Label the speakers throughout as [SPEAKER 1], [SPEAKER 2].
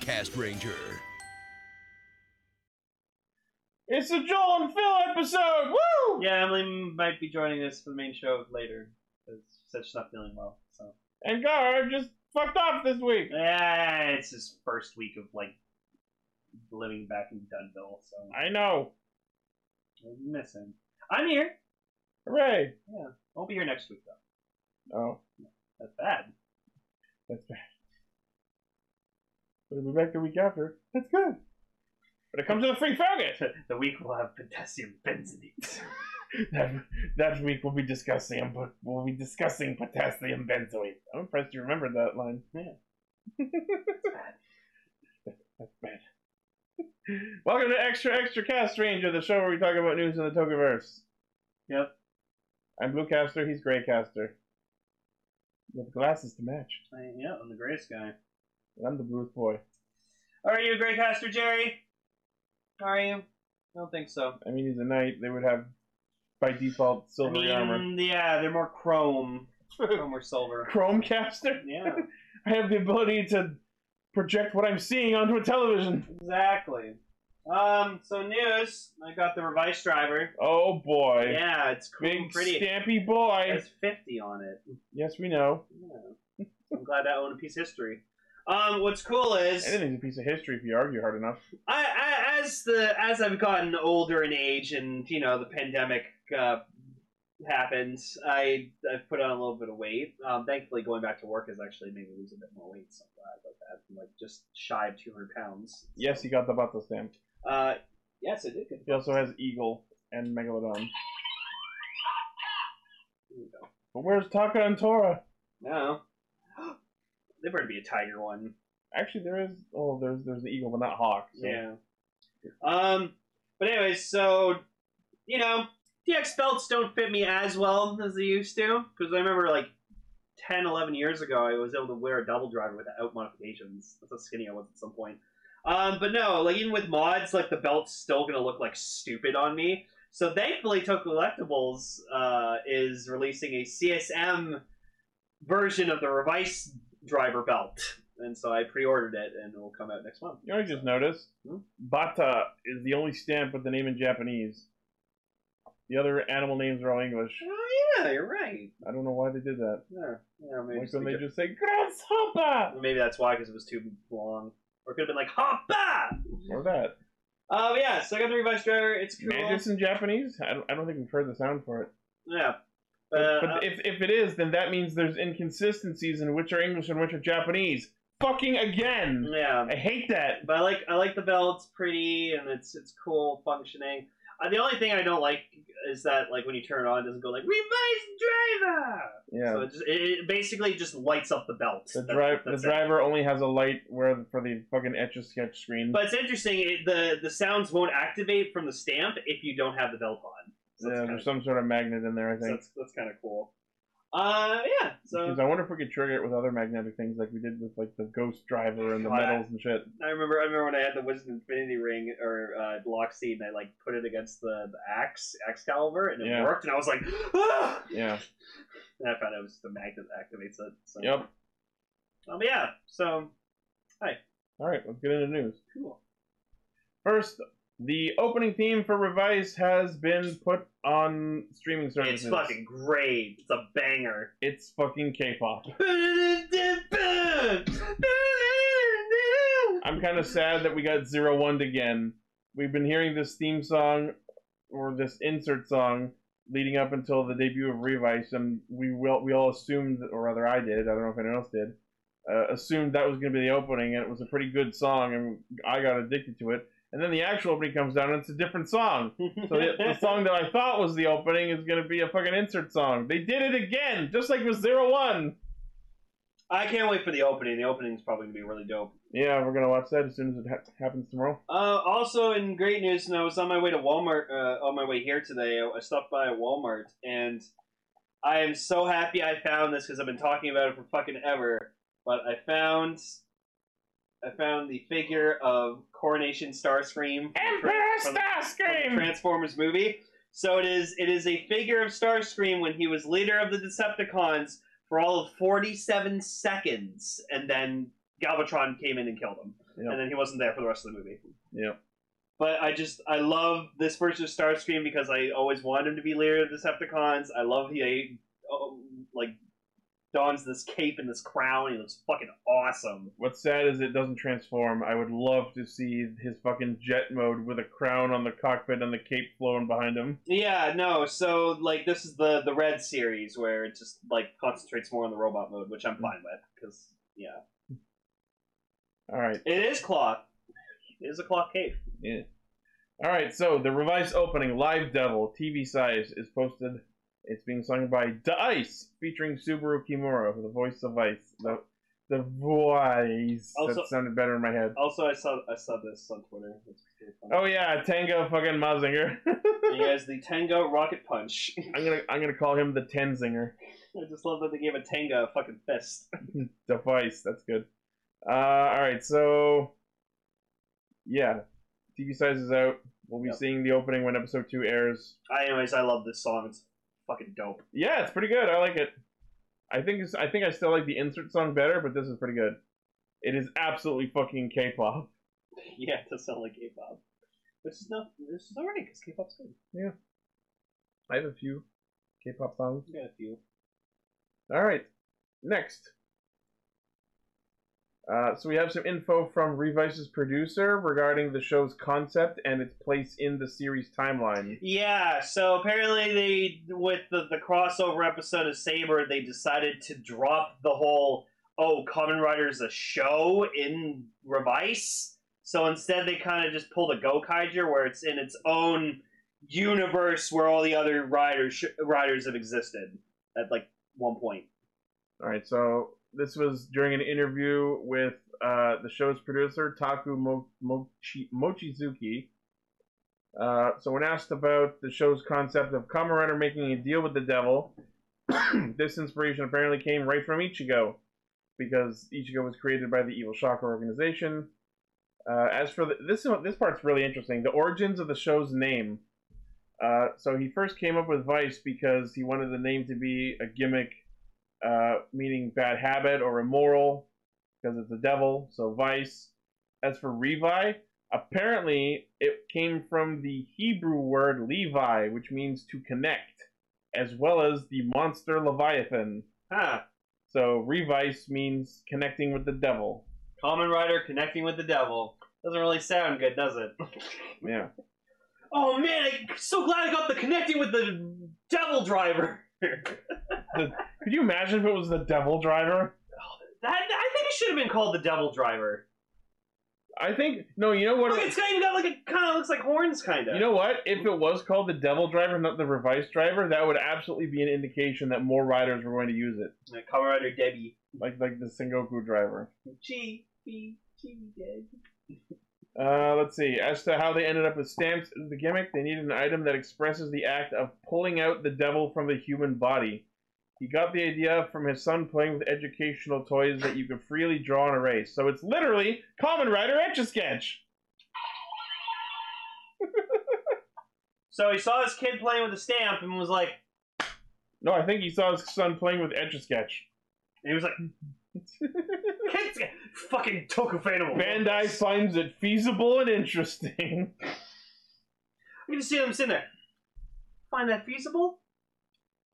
[SPEAKER 1] Cast Ranger.
[SPEAKER 2] It's a Joel and Phil episode. Woo!
[SPEAKER 3] Yeah, Emily might be joining us for the main show later. Because she said she's not feeling well. So
[SPEAKER 2] And Gar just fucked off this week.
[SPEAKER 3] yeah, it's his first week of like living back in Dunville. So
[SPEAKER 2] I know.
[SPEAKER 3] I miss him. I'm here.
[SPEAKER 2] Hooray!
[SPEAKER 3] Won't be here next week though.
[SPEAKER 2] Oh,
[SPEAKER 3] That's bad.
[SPEAKER 2] that's bad. But we'll be back the week after. That's good. But it comes with a free faggot.
[SPEAKER 3] the week will have potassium benzoate.
[SPEAKER 2] that, that week we'll be discussing but we'll be discussing potassium benzoate. I'm impressed you remembered that line. Yeah. That's bad. Welcome to Extra Extra Cast Ranger, the show where we talk about news in the Togaverse.
[SPEAKER 3] Yep.
[SPEAKER 2] I'm Blue Caster, he's Grey Caster. With glasses to match.
[SPEAKER 3] I, yeah, I'm the greatest guy.
[SPEAKER 2] And I'm the bluest boy.
[SPEAKER 3] How are you, Great Caster Jerry? How are you? I don't think so.
[SPEAKER 2] I mean he's a knight, they would have by default
[SPEAKER 3] I
[SPEAKER 2] silvery armor.
[SPEAKER 3] mean, yeah, they're more chrome, chrome or silver.
[SPEAKER 2] Chrome caster?
[SPEAKER 3] Yeah,
[SPEAKER 2] I have the ability to project what I'm seeing onto a television.
[SPEAKER 3] exactly. Um, so news. I got the revised driver.
[SPEAKER 2] Oh boy.
[SPEAKER 3] Yeah, it's cool
[SPEAKER 2] Big
[SPEAKER 3] and pretty. It
[SPEAKER 2] stampy boy.
[SPEAKER 3] has 50 on it.
[SPEAKER 2] Yes, we know.
[SPEAKER 3] Yeah. I'm glad that owned a piece of history. Um, what's cool is
[SPEAKER 2] Anything's a piece of history if you argue hard enough.
[SPEAKER 3] I, I as the as I've gotten older in age, and you know the pandemic uh, happened, I I've put on a little bit of weight. Um, thankfully, going back to work has actually made me lose a bit more weight. So I'm glad about that. I'm like just shy of 200 pounds.
[SPEAKER 2] Yes, he got the Bato stamp.
[SPEAKER 3] Uh, yes, I did. Get
[SPEAKER 2] He also has Eagle and Megalodon.
[SPEAKER 3] There you go.
[SPEAKER 2] But where's Taka and Tora?
[SPEAKER 3] No, there better be a tiger one.
[SPEAKER 2] Actually, there is. Oh, there's there's an eagle, but not hawk. So.
[SPEAKER 3] Yeah. Um. But anyways, so you know, DX belts don't fit me as well as they used to because I remember like 10, 11 years ago, I was able to wear a double driver without modifications. That's how skinny I was at some point. Um, but no, like even with mods, like the belt's still gonna look like stupid on me. So thankfully, Toku Collectibles uh, is releasing a CSM version of the Revice driver belt, and so I pre-ordered it, and it will come out next month.
[SPEAKER 2] You know, what I just noticed
[SPEAKER 3] Hmm?
[SPEAKER 2] Bata is the only stamp with the name in Japanese. The other animal names are all English.
[SPEAKER 3] Oh yeah, you're right.
[SPEAKER 2] I don't know why they did that.
[SPEAKER 3] Yeah, yeah maybe,
[SPEAKER 2] Like
[SPEAKER 3] just
[SPEAKER 2] when
[SPEAKER 3] like
[SPEAKER 2] they
[SPEAKER 3] a-
[SPEAKER 2] just say grasshopper
[SPEAKER 3] maybe that's why because it was too long, or it could have been like hoppa.
[SPEAKER 2] or that.
[SPEAKER 3] Um, yeah, so I got the revised driver. It's cool.
[SPEAKER 2] Magic's in Japanese. I don't, I don't think we've heard the sound for it.
[SPEAKER 3] Yeah,
[SPEAKER 2] But,
[SPEAKER 3] Uh,
[SPEAKER 2] but if, if it is, then that means there's inconsistencies in which are English and which are Japanese. Fucking again!
[SPEAKER 3] uh, yeah.
[SPEAKER 2] I hate that.
[SPEAKER 3] But I like I like the belt. It's pretty and it's it's cool functioning. Uh, the only thing I don't like is that like when you turn it on, it doesn't go like revised driver. So
[SPEAKER 2] Yeah.
[SPEAKER 3] it, just, it, it basically just lights up the belt.
[SPEAKER 2] The,
[SPEAKER 3] That-
[SPEAKER 2] drive, the
[SPEAKER 3] that's it.
[SPEAKER 2] driver only has a light where for the fucking etch a sketch screen.
[SPEAKER 3] But it's interesting. It, the the sounds won't activate from the stamp if you don't have the belt on. So that's
[SPEAKER 2] yeah,
[SPEAKER 3] kinda
[SPEAKER 2] there's some sort of magnet in there, I
[SPEAKER 3] So
[SPEAKER 2] think.
[SPEAKER 3] that's that's kind of cool. Uh, yeah. So
[SPEAKER 2] Because I wonder if we could trigger it with other magnetic things like we did with like the ghost driver and the
[SPEAKER 3] Flat.
[SPEAKER 2] metals and shit.
[SPEAKER 3] I remember I remember when I had the Wizard Infinity Ring or uh, lock seed, and I like put it against the, the axe Excalibur, and it
[SPEAKER 2] Yeah.
[SPEAKER 3] worked, and I was like, ah!
[SPEAKER 2] Yeah.
[SPEAKER 3] and I found out it was just the magnet that activates it. So.
[SPEAKER 2] Yep.
[SPEAKER 3] Um, but yeah. So
[SPEAKER 2] All right, let's get into news.
[SPEAKER 3] cool.
[SPEAKER 2] First, the opening theme for Revise has been put on streaming
[SPEAKER 3] It's
[SPEAKER 2] services.
[SPEAKER 3] fucking great. It's a banger.
[SPEAKER 2] It's fucking K-pop. I'm kind of sad that we got zero one again. We've been hearing this theme song or this insert song leading up until the debut of Revice, and we will we all assumed, or rather, I did. I don't know if anyone else did. Uh, assumed that was going to be the opening, and it was a pretty good song, and I got addicted to it. And then the actual opening comes down, and it's a different song. So the, the song that I thought was the opening is going to be a fucking insert song. They did it again, just like with zero one.
[SPEAKER 3] I can't wait for the opening. The opening's probably gonna be really dope.
[SPEAKER 2] Yeah, we're gonna watch that as soon as it ha- happens tomorrow.
[SPEAKER 3] Uh, also, in great news, and I was on my way to Walmart, uh, on my way here today, I I stopped by Walmart, and I am so happy I found this because I've been talking about it for fucking ever. But I found, I found the figure of Coronation Starscream from, the
[SPEAKER 2] Emperor
[SPEAKER 3] tra- from the- from the
[SPEAKER 2] Starscream.
[SPEAKER 3] Transformers movie. So it is, it is a figure of Starscream when he was leader of the Decepticons for all of forty-seven seconds, and then Galvatron came in and killed him,
[SPEAKER 2] Yeah.
[SPEAKER 3] and then he wasn't there for the rest of the movie.
[SPEAKER 2] Yeah.
[SPEAKER 3] But I just I love this version of Starscream because I always wanted him to be leader of Decepticons. I love he oh, like dons this cape and this crown. He looks fucking awesome.
[SPEAKER 2] What's sad is it doesn't transform. I would love to see his fucking jet mode with a crown on the cockpit and the cape flowing behind him.
[SPEAKER 3] Yeah, no. So like this is the the red series where it just like concentrates more on the robot mode, which I'm fine with because yeah,
[SPEAKER 2] All right.
[SPEAKER 3] it is cloth. It is a cloth cape.
[SPEAKER 2] All right, so the revised opening, Live Devil, TV size, is posted. It's being sung by Dice, featuring Subaru Kimura, the voice of Ice. The, the voice.
[SPEAKER 3] Also-
[SPEAKER 2] that sounded better in my head.
[SPEAKER 3] Also, I saw I saw this on Twitter. It's pretty funny.
[SPEAKER 2] Oh yeah, Tango fucking Mazinger.
[SPEAKER 3] He has the Tango Rocket Punch.
[SPEAKER 2] I'm gonna I'm gonna call him the Tenzinger.
[SPEAKER 3] I just love that they gave a Tango a fucking fist.
[SPEAKER 2] Device, that's good. Uh, all right, so yeah, TV size is out. We'll be
[SPEAKER 3] Yep.
[SPEAKER 2] seeing the opening when episode two airs.
[SPEAKER 3] I, anyways, I love this song. It's fucking dope.
[SPEAKER 2] Yeah, it's pretty good. I like it. I think it's, I think I still like the insert song better, but this is pretty good. It is absolutely fucking K-pop.
[SPEAKER 3] Yeah, it does sound like K-pop, which is not this is alright because K-pop's good.
[SPEAKER 2] I have a few K-pop songs.
[SPEAKER 3] We got a few.
[SPEAKER 2] All right, next. Uh, so we have some info from Revice's producer regarding the show's concept and its place in the series timeline.
[SPEAKER 3] Yeah, so apparently they with the, the crossover episode of Saber, they decided to drop the whole oh, Common Rider's a show in Revice. So instead they kind of just pulled a Gokaiger where it's in its own universe where all the other riders sh- riders have existed at like one point.
[SPEAKER 2] All right, so this was during an interview with uh, the show's producer Taku Mo- Mochi- Mochizuki. Uh, so when asked about the show's concept of Kamen Rider making a deal with the devil, this inspiration apparently came right from Ichigo, because Ichigo was created by the Evil Shocker organization. Uh, as for the, this, one- this part's really interesting. The origins of the show's name. Uh, so he first came up with Vice because he wanted the name to be a gimmick uh, meaning bad habit or immoral, because it's the devil, so vice. As for Levi, apparently it came from the Hebrew word Levi, which means to connect, as well as the monster Leviathan.
[SPEAKER 3] Huh.
[SPEAKER 2] So revice means connecting with the devil.
[SPEAKER 3] Common Rider connecting with the devil. Doesn't really sound good, does it?
[SPEAKER 2] Yeah.
[SPEAKER 3] oh man, I'm so glad I got the connecting with the devil driver.
[SPEAKER 2] Could you imagine if it was the devil driver?
[SPEAKER 3] That, I think it should have been called the Devil Driver.
[SPEAKER 2] I think no. You know what?
[SPEAKER 3] Look, it's got even got like it kind of looks like horns, kind of.
[SPEAKER 2] You know what? If it was called the devil driver, not the revice driver, that would absolutely be an indication that more riders were going to use it,
[SPEAKER 3] like Kamen Rider Debbie.
[SPEAKER 2] like like the Sengoku driver.
[SPEAKER 3] G B G Debbie.
[SPEAKER 2] Uh, let's see. As to how they ended up with stamps, as the gimmick, they needed an item that expresses the act of pulling out the devil from the human body. He got the idea from his son playing with educational toys that you could freely draw and erase. So it's literally Common Rider Etch a Sketch.
[SPEAKER 3] So he saw his kid playing with a stamp and was like,
[SPEAKER 2] No, I think he saw his son playing with Etch a Sketch.
[SPEAKER 3] and he was like, kids, fucking Tokufanimal.
[SPEAKER 2] Bandai finds it feasible and interesting.
[SPEAKER 3] I can just see them sitting there. Find that feasible?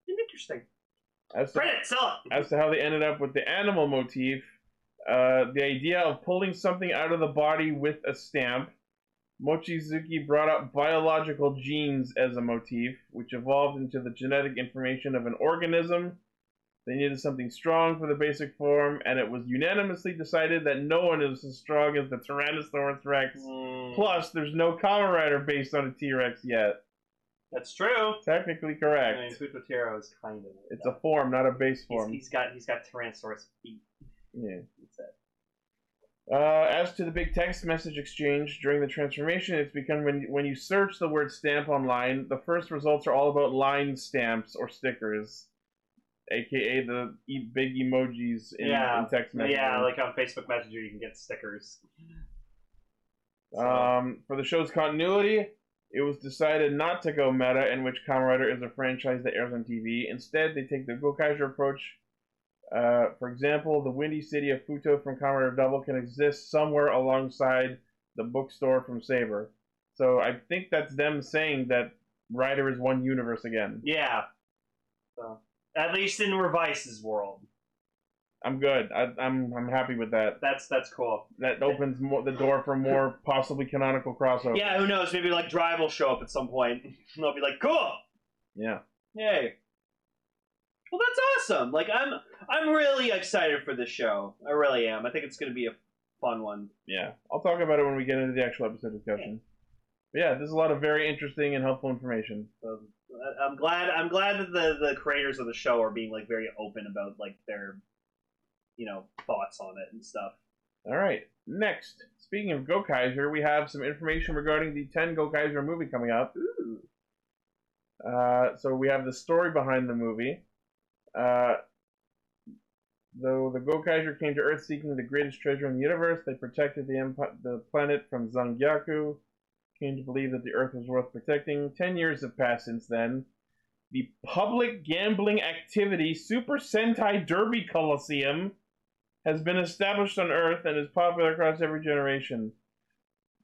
[SPEAKER 3] And interesting.
[SPEAKER 2] As to
[SPEAKER 3] Print it, sell it.
[SPEAKER 2] as to how they ended up with the animal motif, uh, the idea of pulling something out of the body with a stamp. Mochizuki brought up biological genes as a motif, which evolved into the genetic information of an organism. They needed something strong for the basic form, and it was unanimously decided that no one is as strong as the Tyrannosaurus Rex.
[SPEAKER 3] Hmm.
[SPEAKER 2] Plus, there's no Kamen Rider based on a T Rex yet.
[SPEAKER 3] that's true.
[SPEAKER 2] Technically
[SPEAKER 3] I mean,
[SPEAKER 2] correct.
[SPEAKER 3] Futotero is kind of. like
[SPEAKER 2] It's
[SPEAKER 3] that.
[SPEAKER 2] a form, not a base
[SPEAKER 3] He's-
[SPEAKER 2] form.
[SPEAKER 3] he's got he's got Tyrannosaurus feet.
[SPEAKER 2] Yeah.
[SPEAKER 3] That's it.
[SPEAKER 2] Uh, as to the big text message exchange during the transformation, it's become when, when you search the word stamp online, the first results are all about line stamps or stickers, aka the e- big emojis in,
[SPEAKER 3] Yeah.
[SPEAKER 2] in text messaging.
[SPEAKER 3] Yeah, like on Facebook Messenger, you can get stickers.
[SPEAKER 2] um, for the show's continuity, it was decided not to go meta, in which Kamen Rider is a franchise that airs on TV. Instead, they take the Gokaiser approach, Uh, for example, the windy city of Futo from Comrade of Double can exist somewhere alongside the bookstore from Saber. So I think that's them saying that Ryder is one universe again.
[SPEAKER 3] Yeah. So, at least in Revice's world,
[SPEAKER 2] I'm good. I, I'm I'm happy with that.
[SPEAKER 3] that's that's cool.
[SPEAKER 2] That opens more, the door for more possibly canonical crossover.
[SPEAKER 3] Yeah, who knows? Maybe like Drive will show up at some point. And they'll be like, "Cool,
[SPEAKER 2] Yeah.
[SPEAKER 3] yay!" Well, that's awesome. Like, I'm I'm really excited for this show. I really am. I think it's going to be a fun one.
[SPEAKER 2] Yeah. I'll talk about it when we get into the actual episode discussion. But yeah, there's a lot of very interesting and helpful information.
[SPEAKER 3] Um, I- I'm glad. I'm glad that the the creators of the show are being like very open about like their, you know, thoughts on it and stuff.
[SPEAKER 2] All right. Next, speaking of Go Kaiser, we have some information regarding the 10 Go Kaiser movie coming up. Uh, so we have the story behind the movie. Uh, though the Go Kaiser came to Earth seeking the greatest treasure in the universe, they protected the, emp- the planet from Zangyaku, came to believe that the Earth was worth protecting. Ten years have passed since then. The public gambling activity Super Sentai Derby Coliseum has been established on Earth and is popular across every generation.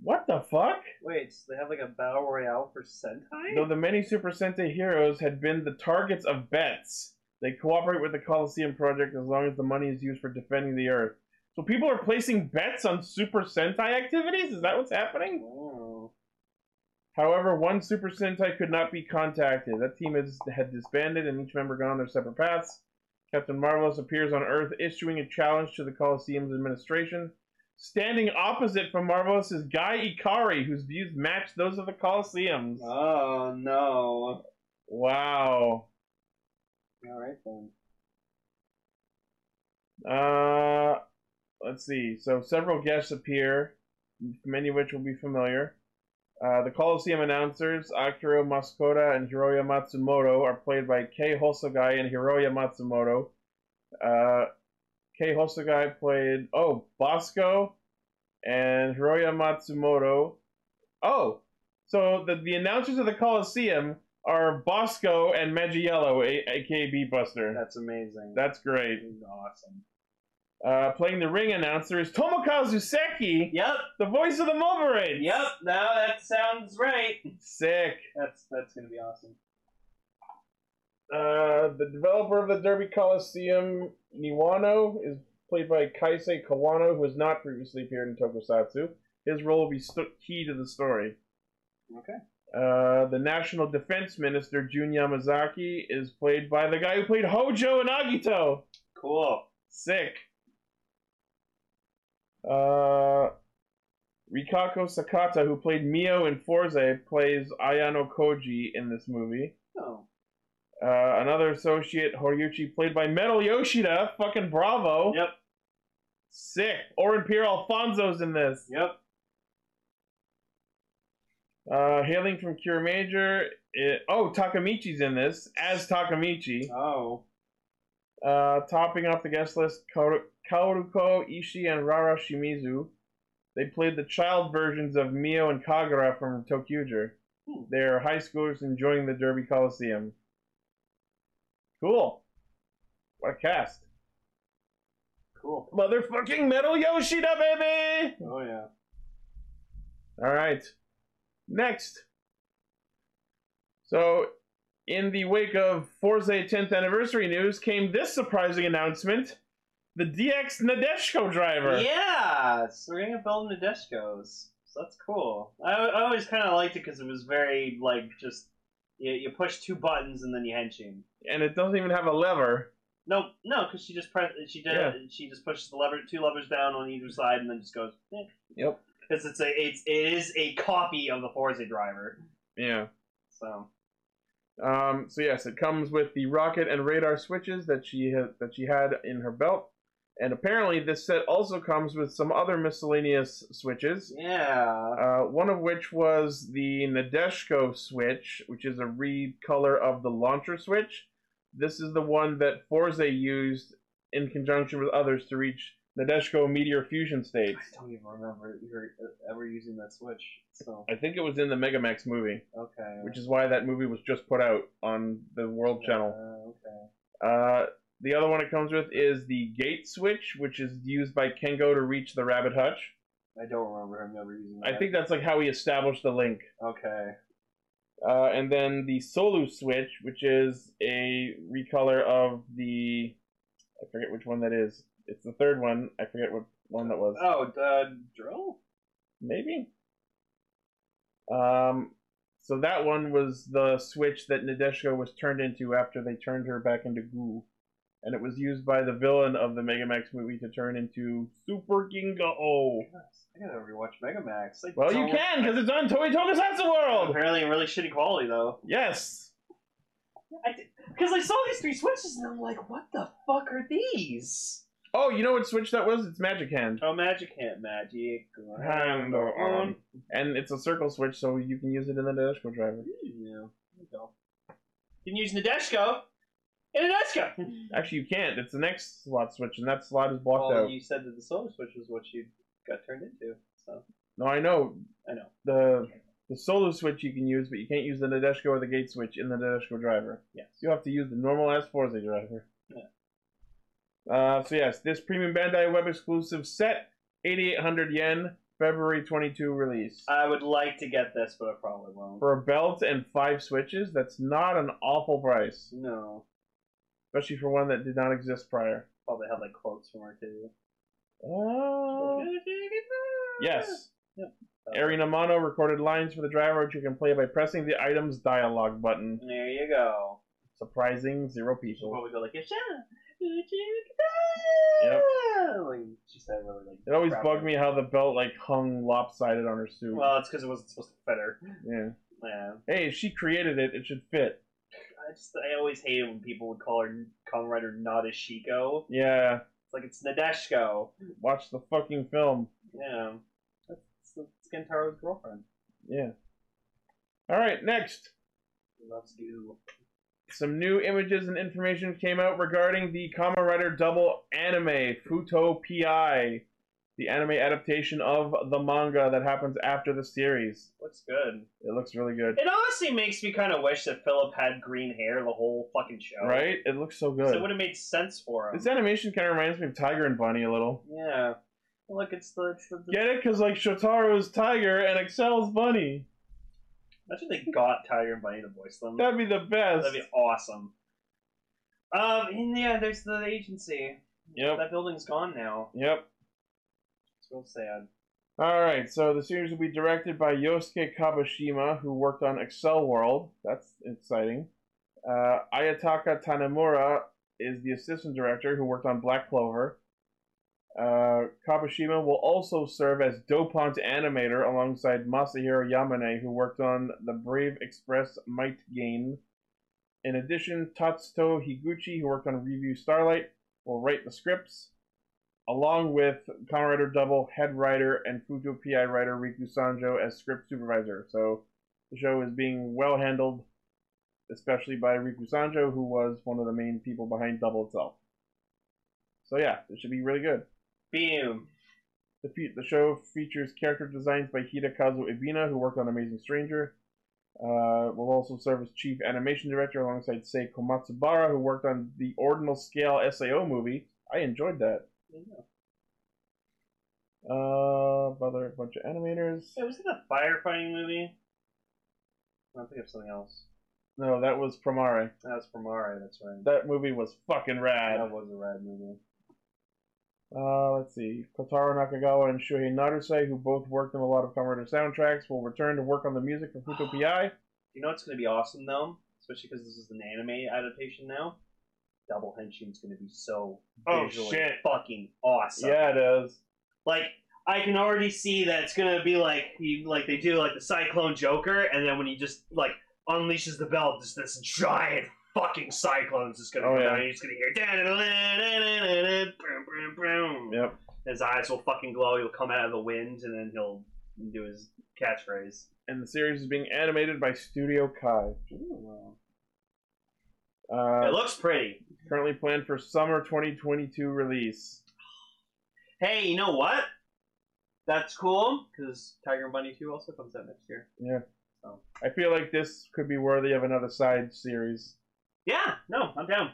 [SPEAKER 2] What the fuck?
[SPEAKER 3] Wait, so they have like a battle royale for Sentai?
[SPEAKER 2] Though the many Super Sentai heroes had been the targets of bets, they cooperate with the Coliseum Project as long as the money is used for defending the Earth. So people are placing bets on Super Sentai activities? Is that what's happening?
[SPEAKER 3] Oh.
[SPEAKER 2] However, one Super Sentai could not be contacted. That team is, had disbanded and each member gone their separate paths. Captain Marvelous appears on Earth issuing a challenge to the Coliseum's administration. Standing opposite from Marvelous is Guy Ikari, whose views match those of the Coliseum's.
[SPEAKER 3] Oh no.
[SPEAKER 2] Wow.
[SPEAKER 3] All right then.
[SPEAKER 2] Uh, let's see. So several guests appear, many of which will be familiar. Uh, the Coliseum announcers, Akiro Maskoda and Hiroya Matsumoto, are played by Kei Hosogai and Hiroya Matsumoto. Uh, Kei Hosogai played, oh, Bosco and Hiroya Matsumoto. Oh, so the, the announcers of the Coliseum are Bosco and Magiello, a- aka Beatbuster.
[SPEAKER 3] That's amazing.
[SPEAKER 2] That's great.
[SPEAKER 3] That's awesome.
[SPEAKER 2] Uh, playing the ring announcer is Tomokazu Seki,
[SPEAKER 3] Yep.
[SPEAKER 2] the voice of the Mulberry.
[SPEAKER 3] Yep. Now that sounds right.
[SPEAKER 2] Sick.
[SPEAKER 3] That's that's gonna be awesome.
[SPEAKER 2] Uh, the developer of the Derby Coliseum, Niwano, is played by Kaisei Kawano, who has not previously appeared in Tokusatsu. His role will be st- key to the story.
[SPEAKER 3] Okay.
[SPEAKER 2] Uh, the National Defense Minister, Jun Yamazaki, is played by the guy who played Hojo and Agito.
[SPEAKER 3] Cool.
[SPEAKER 2] Sick. Uh, Rikako Sakata, who played Mio in Forza, plays Ayano Koji in this movie.
[SPEAKER 3] Oh.
[SPEAKER 2] Uh, another associate, Horiuchi, played by Metal Yoshida. Fucking bravo.
[SPEAKER 3] Yep.
[SPEAKER 2] Sick. Orin Pierre Alfonso's in this.
[SPEAKER 3] Yep.
[SPEAKER 2] Uh, hailing from Cure Major. It, oh, Takamichi's in this as Takamichi.
[SPEAKER 3] Oh.
[SPEAKER 2] Uh, topping off the guest list, Kaoru- Kaoruko, Ishii, and Rara Shimizu. They played the child versions of Mio and Kagura from Tokyuger.
[SPEAKER 3] Hmm.
[SPEAKER 2] They're high schoolers enjoying the Derby Coliseum. Cool. What a cast.
[SPEAKER 3] Cool.
[SPEAKER 2] Motherfucking Metal Yoshida, baby!
[SPEAKER 3] Oh yeah.
[SPEAKER 2] All right. Next. So, in the wake of Forza 10th anniversary news, came this surprising announcement: the DX Nadeshko driver.
[SPEAKER 3] Yeah. So we're gonna build Nadeshko's. So that's cool. I, I always kind of liked it because it was very like just you, you push two buttons and then you henshin.
[SPEAKER 2] And it doesn't even have a lever.
[SPEAKER 3] No, no, because she just press. She did.
[SPEAKER 2] Yeah.
[SPEAKER 3] She just pushes the lever, two levers down on either side, and then just goes.
[SPEAKER 2] Yep.
[SPEAKER 3] Because it's a, it's it is a copy of the Forza driver.
[SPEAKER 2] Yeah.
[SPEAKER 3] So
[SPEAKER 2] Um, so yes, it comes with the rocket and radar switches that she ha- that she had in her belt, and apparently this set also comes with some other miscellaneous switches.
[SPEAKER 3] yeah,
[SPEAKER 2] Uh, one of which was the Nadeshko switch, which is a recolor of the launcher switch. This is the one that Forze used in conjunction with others to reach Nadeshko meteor fusion
[SPEAKER 3] I
[SPEAKER 2] states.
[SPEAKER 3] don't even remember ever, ever using that switch. So
[SPEAKER 2] I think it was in the Megamax movie,
[SPEAKER 3] okay,
[SPEAKER 2] which is why that movie was just put out on the World Channel.
[SPEAKER 3] Uh, okay,
[SPEAKER 2] Uh, The other one it comes with is the gate switch, which is used by Kengo to reach the rabbit hutch.
[SPEAKER 3] I don't remember him ever using that.
[SPEAKER 2] I think that's like how he established the link.
[SPEAKER 3] Okay.
[SPEAKER 2] Uh, and then the Solu switch, which is a recolor of the, I forget which one that is. It's the third one. I forget what one that was.
[SPEAKER 3] Oh, the drill?
[SPEAKER 2] Maybe. Um, so that one was the switch that Nadeshko was turned into after they turned her back into goo. And it was used by the villain of the Mega Max movie to turn into Super Ginga O.
[SPEAKER 3] Yes. I gotta rewatch Mega Max. Like,
[SPEAKER 2] Well,
[SPEAKER 3] it's
[SPEAKER 2] you
[SPEAKER 3] all-
[SPEAKER 2] can, because it's on Toei Tokusatsu World!
[SPEAKER 3] Apparently, in really shitty quality though.
[SPEAKER 2] Yes!
[SPEAKER 3] Because I saw these three switches and I'm like, what the fuck are these?
[SPEAKER 2] Oh, you know what switch that was? It's Magic Hand.
[SPEAKER 3] Oh, magic hand, magic
[SPEAKER 2] Hand on. And it's a circle switch, so you can use it in the Nadeshko driver.
[SPEAKER 3] Yeah. There you go. You can use Nadeshko. In Nadeshko.
[SPEAKER 2] Actually, you can't. It's the next slot switch, and that slot is blocked
[SPEAKER 3] Well,
[SPEAKER 2] out.
[SPEAKER 3] you said that the solar switch was what you got turned into. So
[SPEAKER 2] No, I know.
[SPEAKER 3] I know.
[SPEAKER 2] The the solo switch you can use, but you can't use the Nadeshko or the gate switch in the Nadeshko driver.
[SPEAKER 3] Yes.
[SPEAKER 2] You have to use the normal S Forza driver. Uh, so yes, this premium Bandai web exclusive set, 8,800 yen, February 22 release.
[SPEAKER 3] I would like to get this, but I probably won't.
[SPEAKER 2] For a belt and five switches, that's not an awful price,
[SPEAKER 3] No.
[SPEAKER 2] especially for one that did not exist prior.
[SPEAKER 3] Probably have like quotes from Arcadia.
[SPEAKER 2] Uh, Yes.
[SPEAKER 3] Uh,
[SPEAKER 2] Ari Namano recorded lines for the driver, which you can play by pressing the item's dialogue button.
[SPEAKER 3] There you go.
[SPEAKER 2] Surprising zero
[SPEAKER 3] She'll
[SPEAKER 2] people.
[SPEAKER 3] probably go like, Yasha!
[SPEAKER 2] Yep.
[SPEAKER 3] Like, she said really like.
[SPEAKER 2] It always
[SPEAKER 3] crap.
[SPEAKER 2] bugged me how the belt like hung lopsided on her suit.
[SPEAKER 3] Well, it's because it wasn't supposed to fit her.
[SPEAKER 2] yeah.
[SPEAKER 3] Yeah.
[SPEAKER 2] Hey, if she created it, it should fit.
[SPEAKER 3] I just I always hated when people would call her Kamen Rider not a Shiko.
[SPEAKER 2] Yeah.
[SPEAKER 3] It's like it's Nadeshko.
[SPEAKER 2] Watch the fucking film.
[SPEAKER 3] Yeah. That's, that's Gentaro's girlfriend.
[SPEAKER 2] Yeah. All right, next.
[SPEAKER 3] She loves goo.
[SPEAKER 2] Some new images and information came out regarding the Kamen Rider Double anime, Futo PI, the anime adaptation of the manga that happens after the series.
[SPEAKER 3] Looks good.
[SPEAKER 2] It looks really good.
[SPEAKER 3] It honestly makes me kind of wish that Philip had green hair the whole fucking show.
[SPEAKER 2] Right? It looks so
[SPEAKER 3] So it would
[SPEAKER 2] good.
[SPEAKER 3] have made sense for him.
[SPEAKER 2] This animation kind of reminds me of Tiger and Bunny a little.
[SPEAKER 3] yeah. Look, it's the. It's the,
[SPEAKER 2] Get it? Because, like, Shotaro's Tiger and Excel's Bunny.
[SPEAKER 3] Imagine they got Tiger and Bunny to voice them.
[SPEAKER 2] That'd be the best.
[SPEAKER 3] That'd be awesome. Um, and yeah, there's the agency.
[SPEAKER 2] Yep.
[SPEAKER 3] That building's gone now.
[SPEAKER 2] Yep.
[SPEAKER 3] It's real sad.
[SPEAKER 2] Alright, so the series will be directed by Yosuke Kabashima, who worked on Excel World. That's exciting. Uh, Ayataka Tanamura is the assistant director, who worked on Black Clover. Uh, Kabashima will also serve as Dopont animator alongside Masahiro Yamane, who worked on the Brave Express Might Gain. In addition, Tatsuto Higuchi, who worked on Review Starlight, will write the scripts along with Kamen Rider Double head writer and Fujo PI writer Riku Sanjo as script supervisor. So the show is being well handled, especially by Riku Sanjo, who was one of the main people behind Double itself. So yeah, it should be really good.
[SPEAKER 3] Boom.
[SPEAKER 2] The, fe- the show features character designs by Hidakazu Ibina, who worked on Amazing Stranger. Uh, will also serve as chief animation director alongside Sei Komatsubara, who worked on the Ordinal Scale SAO movie. I enjoyed that.
[SPEAKER 3] There you go.
[SPEAKER 2] Uh, other bunch of animators.
[SPEAKER 3] Hey, was it a firefighting movie? I'll think of something else.
[SPEAKER 2] No, that was Promare.
[SPEAKER 3] That was from Mari, that's right.
[SPEAKER 2] That movie was fucking rad.
[SPEAKER 3] That was a rad movie.
[SPEAKER 2] Uh, let's see. Kotaro Nakagawa and Shuhei Naruse, who both worked on a lot of Comrade soundtracks, will return to work on the music for Futo PI.
[SPEAKER 3] You know what's going to be awesome though, especially because this is an anime adaptation now. Double Henshin's going to be so
[SPEAKER 2] Oh,
[SPEAKER 3] visually
[SPEAKER 2] shit.
[SPEAKER 3] fucking awesome.
[SPEAKER 2] Yeah, it is.
[SPEAKER 3] Like I can already see that it's going to be like you, like they do like the Cyclone Joker, and then when he just like unleashes the belt, just this giant fucking cyclone's just going to
[SPEAKER 2] Oh,
[SPEAKER 3] come
[SPEAKER 2] yeah.
[SPEAKER 3] down. And you're just going to hear da-da-da-da-da-da-da, boom, boom, boom.
[SPEAKER 2] Yep.
[SPEAKER 3] His eyes will fucking glow. He'll come out of the wind, and then he'll do his catchphrase.
[SPEAKER 2] And the series is being animated by Studio Kai.
[SPEAKER 3] It
[SPEAKER 2] Uh,
[SPEAKER 3] looks pretty.
[SPEAKER 2] currently planned for summer 2022 release.
[SPEAKER 3] Hey, you know what? That's cool because Tiger and Bunny Two also comes out next year.
[SPEAKER 2] I feel like this could be worthy of another side series.
[SPEAKER 3] Yeah, no, I'm down.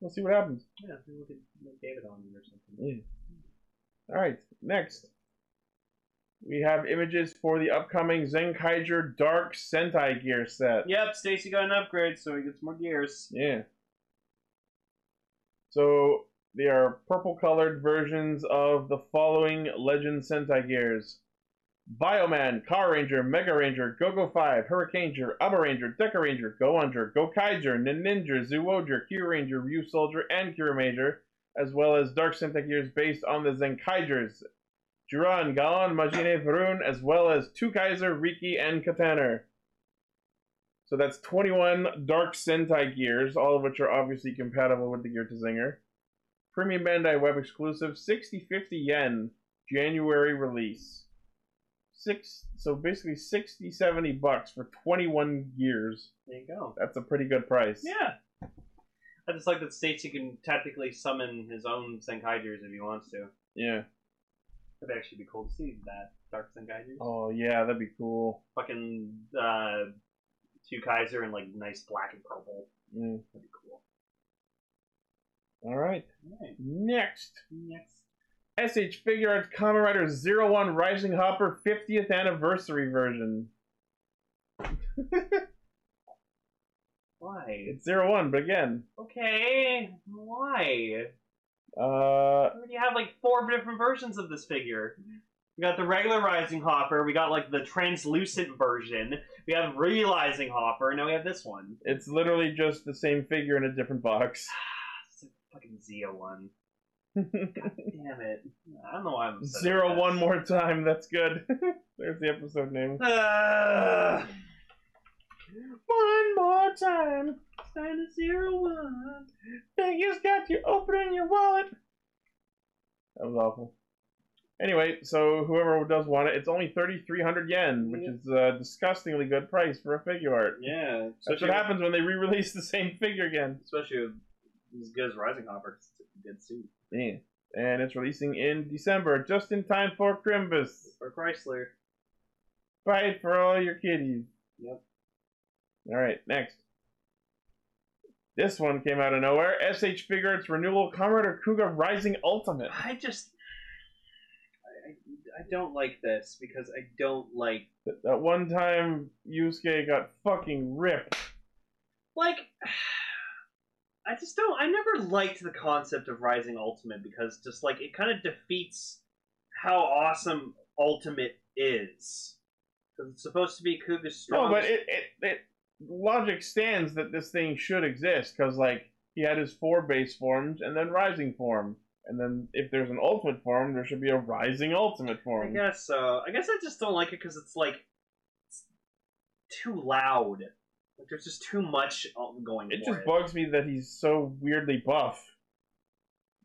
[SPEAKER 2] We'll see what happens.
[SPEAKER 3] Yeah, maybe we could make David on it or something.
[SPEAKER 2] Yeah. All right, next. We have images for the upcoming Zenkaiger Dark Sentai gear set.
[SPEAKER 3] Yep, Stacy got an upgrade, so he gets more gears.
[SPEAKER 2] Yeah. So they are purple colored versions of the following Legend Sentai gears Bioman, Car Ranger, Mega Ranger, Go Go 5, Hurricane Ranger, Abba Ranger, Deca Ranger, Go Under, Go Kaiger, Ninja, Zoojer, Q Ranger, Ryu Soldier, and Kira Major, as well as Dark Sentai gears based on the Zenkaigers. Juran, Galon, Majine, Varun, as well as two Kaiser, Riki, and Kataner. So that's 21 Dark Sentai gears, all of which are obviously compatible with the gear to Zinger. Premium Bandai Web exclusive, 6050 yen, January release. Six, so basically 60, 70 bucks for 21 gears.
[SPEAKER 3] There you go.
[SPEAKER 2] That's a pretty good price.
[SPEAKER 3] Yeah. I just like that Stacy can technically summon his own Senkaijers if he wants to.
[SPEAKER 2] Yeah.
[SPEAKER 3] That'd actually be cool to see that. Dark Senkaijers.
[SPEAKER 2] Oh yeah, that'd be cool.
[SPEAKER 3] Fucking uh, two Kaiser and like nice black and purple.
[SPEAKER 2] Mm.
[SPEAKER 3] That'd be cool.
[SPEAKER 2] All right.
[SPEAKER 3] Alright,
[SPEAKER 2] Next,
[SPEAKER 3] next.
[SPEAKER 2] SH Figure Arts Kamen Rider Zero One Rising Hopper 50th Anniversary version.
[SPEAKER 3] Why?
[SPEAKER 2] It's Zero One, but again,
[SPEAKER 3] Okay, why?
[SPEAKER 2] uh,
[SPEAKER 3] We already have like four different versions of this figure. We got the regular Rising Hopper, we got like the translucent version, we have Realizing Hopper, and now we have this one.
[SPEAKER 2] it's literally just the same figure in a different box.
[SPEAKER 3] It's Ah, a fucking Zia one. Damn it. I don't know why I'm upset
[SPEAKER 2] Zero
[SPEAKER 3] about
[SPEAKER 2] one
[SPEAKER 3] this.
[SPEAKER 2] more time. That's good. There's the episode name.
[SPEAKER 3] Ugh.
[SPEAKER 2] One more time.
[SPEAKER 3] Sign a zero one.
[SPEAKER 2] They just got you opening your wallet. That was awful. Anyway, so whoever does want it, it's only thirty three hundred yen, which is a disgustingly good price for a figure art.
[SPEAKER 3] Yeah.
[SPEAKER 2] That's what
[SPEAKER 3] especially with-
[SPEAKER 2] happens when they re-release the same figure again.
[SPEAKER 3] Especially with as good as Rising Hopper, it's a good suit.
[SPEAKER 2] Yeah. And it's releasing in December, just in time for Crimbus.
[SPEAKER 3] Or Chrysler.
[SPEAKER 2] Buy it for all your kitties.
[SPEAKER 3] Yep.
[SPEAKER 2] All right, next. This one came out of nowhere. SH Figure Arts Renewal Comrade Kuga Rising Ultimate.
[SPEAKER 3] I just. I, I- I don't like this because I don't like.
[SPEAKER 2] That, that one time Yusuke got fucking ripped.
[SPEAKER 3] Like. I just don't. I never liked the concept of Rising Ultimate because just like it kind of defeats how awesome Ultimate is. Because it's supposed to be Kuga's
[SPEAKER 2] No,
[SPEAKER 3] strongest.
[SPEAKER 2] but it, it, it logic stands that this thing should exist because like he had his four base forms and then rising form. And then if there's an ultimate form, there should be a rising ultimate
[SPEAKER 3] I
[SPEAKER 2] form.
[SPEAKER 3] guess so. I guess I just don't like it because it's like it's too loud. Like there's just too much um, going
[SPEAKER 2] It
[SPEAKER 3] for
[SPEAKER 2] just
[SPEAKER 3] it.
[SPEAKER 2] bugs me that he's so weirdly buff.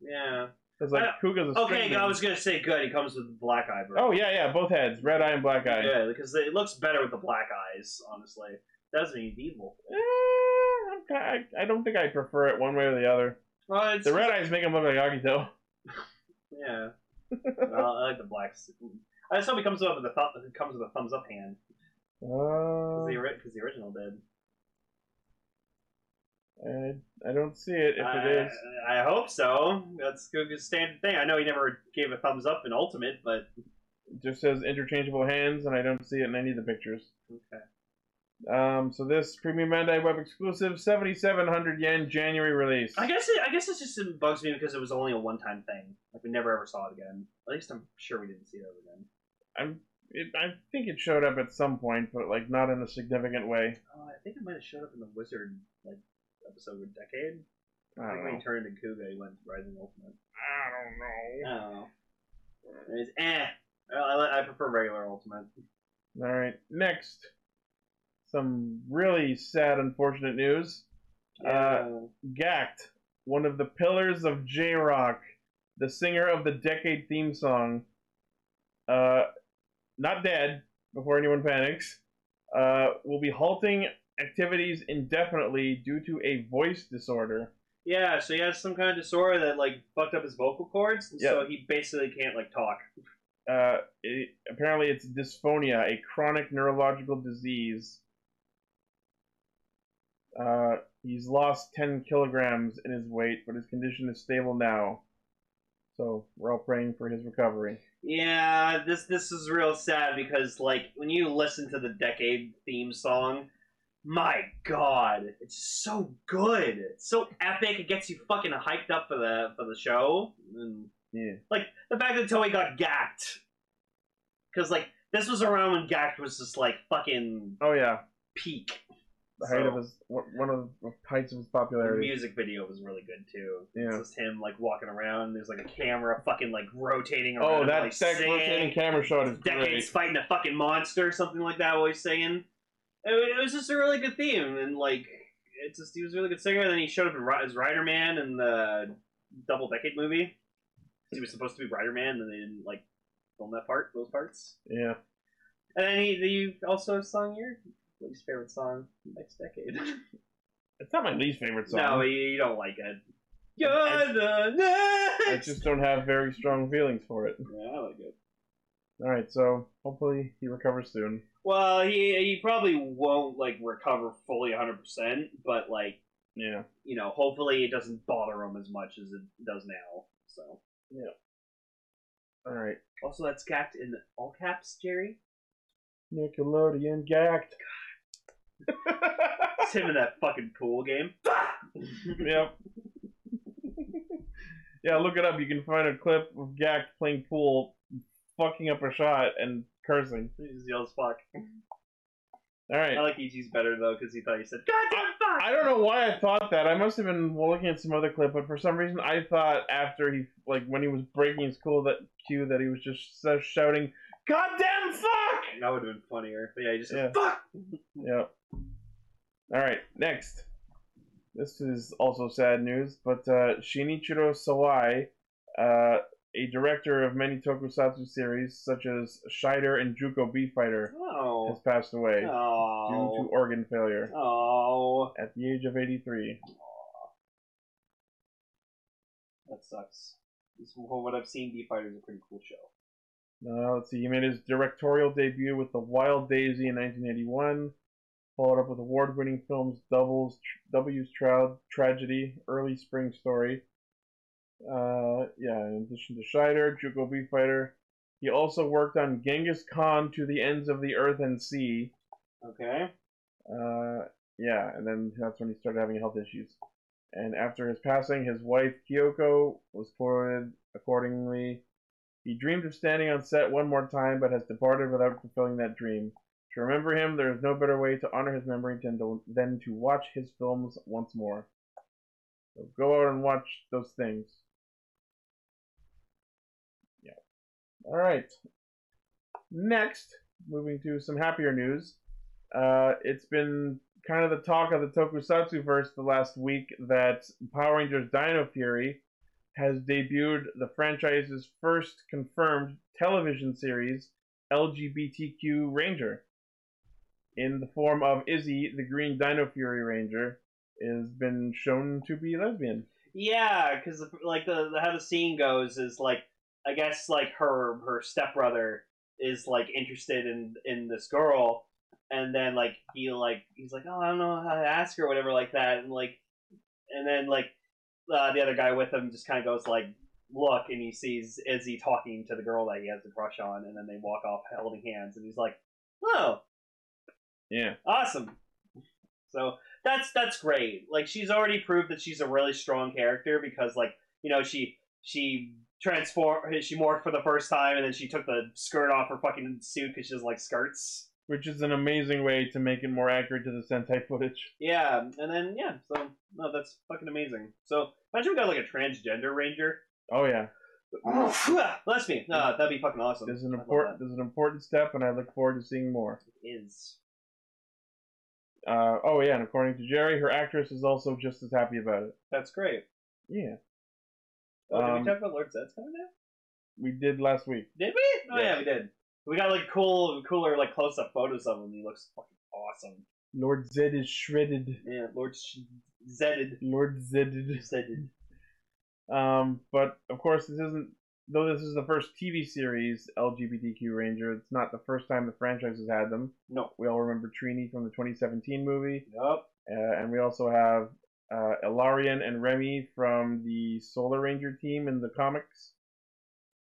[SPEAKER 3] yeah.
[SPEAKER 2] Because like
[SPEAKER 3] I
[SPEAKER 2] Kuga's a
[SPEAKER 3] Uh, Okay,
[SPEAKER 2] straight
[SPEAKER 3] I
[SPEAKER 2] man.
[SPEAKER 3] was gonna say good. He comes with black eye, bro.
[SPEAKER 2] Oh yeah, yeah, both heads, red eye and black eye.
[SPEAKER 3] yeah, because it looks better with the black eyes. Honestly, doesn't even evil.
[SPEAKER 2] Eh, I'm ki- I, I don't think I prefer it one way or the other.
[SPEAKER 3] Well, it's
[SPEAKER 2] The red eyes make him look like Agito.
[SPEAKER 3] yeah. well, I like the blacks. I just hope he comes up with a th- comes with a thumbs up hand because the,
[SPEAKER 2] Uh,
[SPEAKER 3] ori- 'cause the original did.
[SPEAKER 2] Uh, I, I don't see it if it
[SPEAKER 3] I,
[SPEAKER 2] is.
[SPEAKER 3] I hope so. That's Kuga's standard thing. I know he never gave a thumbs up in Ultimate, but
[SPEAKER 2] It just says interchangeable hands, and I don't see it in any of the pictures.
[SPEAKER 3] okay.
[SPEAKER 2] Um, so this premium Bandai web exclusive, seventy-seven hundred yen, January release.
[SPEAKER 3] I guess it, I guess it just bugs me because it was only a one time thing. Like we never ever saw it again. At least I'm sure we didn't see it ever again.
[SPEAKER 2] I'm, it, I think it showed up at some point, but like not in a significant way.
[SPEAKER 3] Oh, I think it might have showed up in the Wizard like episode of Decade.
[SPEAKER 2] I
[SPEAKER 3] I think
[SPEAKER 2] don't
[SPEAKER 3] when
[SPEAKER 2] know.
[SPEAKER 3] he turned into Kuga, he went to Rising Ultimate.
[SPEAKER 2] I
[SPEAKER 3] Oh, it's eh. I, I, I prefer regular Ultimate.
[SPEAKER 2] don't know. All right, next, some really sad, unfortunate news. Uh, Gact, one of the pillars of J Rock, the singer of the Decade theme song, uh, not dead, before anyone panics, uh, will be halting activities indefinitely due to a voice disorder.
[SPEAKER 3] yeah. So he has some kind of disorder that like fucked up his vocal cords, and
[SPEAKER 2] Yeah.
[SPEAKER 3] so he basically can't like talk.
[SPEAKER 2] Uh, it, apparently, it's dysphonia, a chronic neurological disease. Uh, He's lost 10 kilograms in his weight, but his condition is stable now. So we're all praying for his recovery.
[SPEAKER 3] Yeah, this this is real sad because like when you listen to the decade theme song, my god, it's so good. It's so epic. It gets you fucking hyped up for the for the show. And
[SPEAKER 2] Yeah.
[SPEAKER 3] like the fact that Toei got gacked. Cause like this was around when Gact was just like fucking
[SPEAKER 2] Oh yeah,
[SPEAKER 3] peak.
[SPEAKER 2] the height
[SPEAKER 3] So-
[SPEAKER 2] of his one of the heights of his
[SPEAKER 3] The
[SPEAKER 2] popularity.
[SPEAKER 3] music video was really good too.
[SPEAKER 2] Yeah.
[SPEAKER 3] It's just him like walking around. There's like a camera fucking like rotating around.
[SPEAKER 2] Oh,
[SPEAKER 3] and,
[SPEAKER 2] that
[SPEAKER 3] like,
[SPEAKER 2] that
[SPEAKER 3] singing.
[SPEAKER 2] rotating camera shot is
[SPEAKER 3] decades
[SPEAKER 2] great.
[SPEAKER 3] fighting a fucking monster or something like that. Always singing. It, wa- it was just a really good theme, and like it's just he was a really good singer. Then he showed up in Ri- as Rider Man in the Double Decade movie. 'Cause He was supposed to be Rider Man, and they didn't like film that part, those parts.
[SPEAKER 2] Yeah.
[SPEAKER 3] And then he, you also sung your least favorite song next decade.
[SPEAKER 2] It's not my least favorite song.
[SPEAKER 3] No, you, you don't like it. You're
[SPEAKER 2] I-
[SPEAKER 3] the
[SPEAKER 2] I
[SPEAKER 3] next.
[SPEAKER 2] just don't have very strong feelings for it.
[SPEAKER 3] Yeah, I like it.
[SPEAKER 2] All right, so hopefully he recovers soon.
[SPEAKER 3] Well, he he probably won't like recover fully 100, percent but like
[SPEAKER 2] Yeah.
[SPEAKER 3] you know, hopefully it doesn't bother him as much as it does now. So
[SPEAKER 2] All right.
[SPEAKER 3] also that's capped in all caps, Jerry.
[SPEAKER 2] Nickelodeon gacked.
[SPEAKER 3] It's him in that fucking pool game.
[SPEAKER 2] yep. yeah, look it up. You can find a clip of Gack playing pool, fucking up a shot and cursing.
[SPEAKER 3] He just yells fuck.
[SPEAKER 2] All
[SPEAKER 3] I
[SPEAKER 2] right.
[SPEAKER 3] like EG's better though because he thought you said goddamn fuck.
[SPEAKER 2] I don't know why I thought that. I must have been looking at some other clip, but for some reason I thought after he, like when he was breaking his cool that cue, that he was just so shouting, "Goddamn fuck!"
[SPEAKER 3] That would have been funnier. But yeah, he just says,
[SPEAKER 2] Yeah.
[SPEAKER 3] fuck.
[SPEAKER 2] Yep. All right, next. This is also sad news, but uh, Shinichiro Sawai, uh, a director of many tokusatsu series such as Shider and Juko B Fighter, has
[SPEAKER 3] Oh.
[SPEAKER 2] passed away due to
[SPEAKER 3] Oh.
[SPEAKER 2] organ failure
[SPEAKER 3] Oh.
[SPEAKER 2] at the age of 83.
[SPEAKER 3] That sucks. This- From what I've seen, B Fighter is a pretty cool show.
[SPEAKER 2] Uh, let's see, he made his directorial debut with The Wild Daisy in 1981, followed up with award winning films Doubles, W's Troud, Tragedy, Early Spring Story. Uh, yeah, in addition to Scheider, Juco B Fighter, he also worked on Genghis Khan to the Ends of the Earth and Sea.
[SPEAKER 3] Okay.
[SPEAKER 2] Uh, yeah, and then that's when he started having health issues. And after his passing, his wife Kyoko was quoted accordingly. He dreamed of standing on set one more time, but has departed without fulfilling that dream. To remember him, there is no better way to honor his memory than to, than to watch his films once more. So go out and watch those things. Yeah. All right. Next, moving to some happier news. Uh, it's been kind of the talk of the tokusatsu verse the last week that Power Rangers Dino Fury has debuted the franchise's first confirmed television series, LGBTQ Ranger, in the form of Izzy, the green Dino Fury Ranger, has been shown to be lesbian.
[SPEAKER 3] Yeah, because like the, the how the scene goes is like I guess like her her stepbrother is like interested in in this girl, and then like he like he's like oh I don't know how to ask her or whatever like that, and like and then like uh, the other guy with him just kind of goes like look, and he sees Izzy talking to the girl that he has a crush on, and then they walk off holding hands, and he's like oh
[SPEAKER 2] Yeah.
[SPEAKER 3] Awesome. So that's that's great. Like she's already proved that she's a really strong character because like you know she she transform she morphed for the first time and then she took the skirt off her fucking suit because she doesn't like skirts.
[SPEAKER 2] Which is an amazing way to make it more accurate to the Sentai footage.
[SPEAKER 3] Yeah, and then yeah, so no, that's fucking amazing. So imagine we got like a transgender ranger.
[SPEAKER 2] Oh yeah.
[SPEAKER 3] Lesbian. No, that'd be fucking awesome.
[SPEAKER 2] This is
[SPEAKER 3] I
[SPEAKER 2] an
[SPEAKER 3] love
[SPEAKER 2] important this is an important step and I look forward to seeing more.
[SPEAKER 3] that. is.
[SPEAKER 2] Uh, oh yeah, and according to Jerry, her actress is also just as happy about it.
[SPEAKER 3] That's great.
[SPEAKER 2] Yeah,
[SPEAKER 3] Oh, did
[SPEAKER 2] Um,
[SPEAKER 3] we talk about Lord Zed's coming out?
[SPEAKER 2] we did last week.
[SPEAKER 3] Did we? Oh
[SPEAKER 2] Yeah.
[SPEAKER 3] yeah, we did. We got like cool, cooler like close up photos of him. He looks fucking awesome.
[SPEAKER 2] Lord Zed is shredded.
[SPEAKER 3] Yeah, Lord Sh- Zedded.
[SPEAKER 2] Lord Zedded.
[SPEAKER 3] Zedded.
[SPEAKER 2] Um, but of course, this isn't Though this is the first TV series LGBTQ Ranger, it's not the first time the franchise has had them.
[SPEAKER 3] No.
[SPEAKER 2] We all remember Trini from the 2017 movie,
[SPEAKER 3] Yep.
[SPEAKER 2] uh, and we also have uh, Elarian and Remy from the Solar Ranger team in the comics.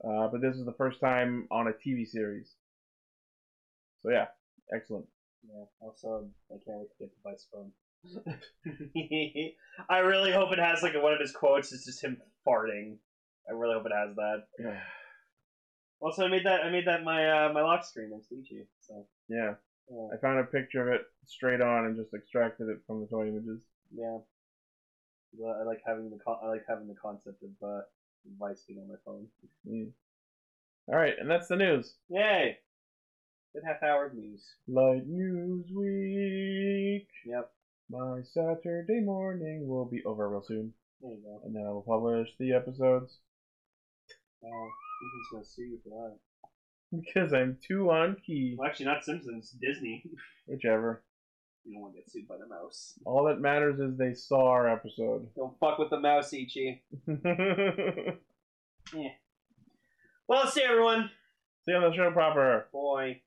[SPEAKER 2] Uh, but this is the first time on a TV series. So yeah, excellent.
[SPEAKER 3] Yeah. Also, I can't wait to get the vice phone. I really hope it has like one of his quotes is just him farting. I really hope it has that. Also, I made that I made that my uh, my lock screen on Sleechy. So
[SPEAKER 2] yeah,
[SPEAKER 3] yeah.
[SPEAKER 2] I found a picture of it straight on and just extracted it from the toy images.
[SPEAKER 3] yeah. Well, I like having the con- I like having the concept of uh, Vice being on my phone.
[SPEAKER 2] Mm. All right, and that's the news.
[SPEAKER 3] Yay! Good half hour of news.
[SPEAKER 2] Light News Week.
[SPEAKER 3] Yep.
[SPEAKER 2] My Saturday morning will be over real soon,
[SPEAKER 3] There you go.
[SPEAKER 2] and then I will publish the episodes
[SPEAKER 3] Wow. Simpsons gonna sue you for that.
[SPEAKER 2] because I'm too on key.
[SPEAKER 3] Well, actually, not Simpsons. Disney.
[SPEAKER 2] Whichever.
[SPEAKER 3] you don't want to get sued by the mouse.
[SPEAKER 2] All that matters is they saw our episode.
[SPEAKER 3] Don't fuck with the mouse, Ichi. Well, see everyone.
[SPEAKER 2] See you on the show proper.
[SPEAKER 3] Boy.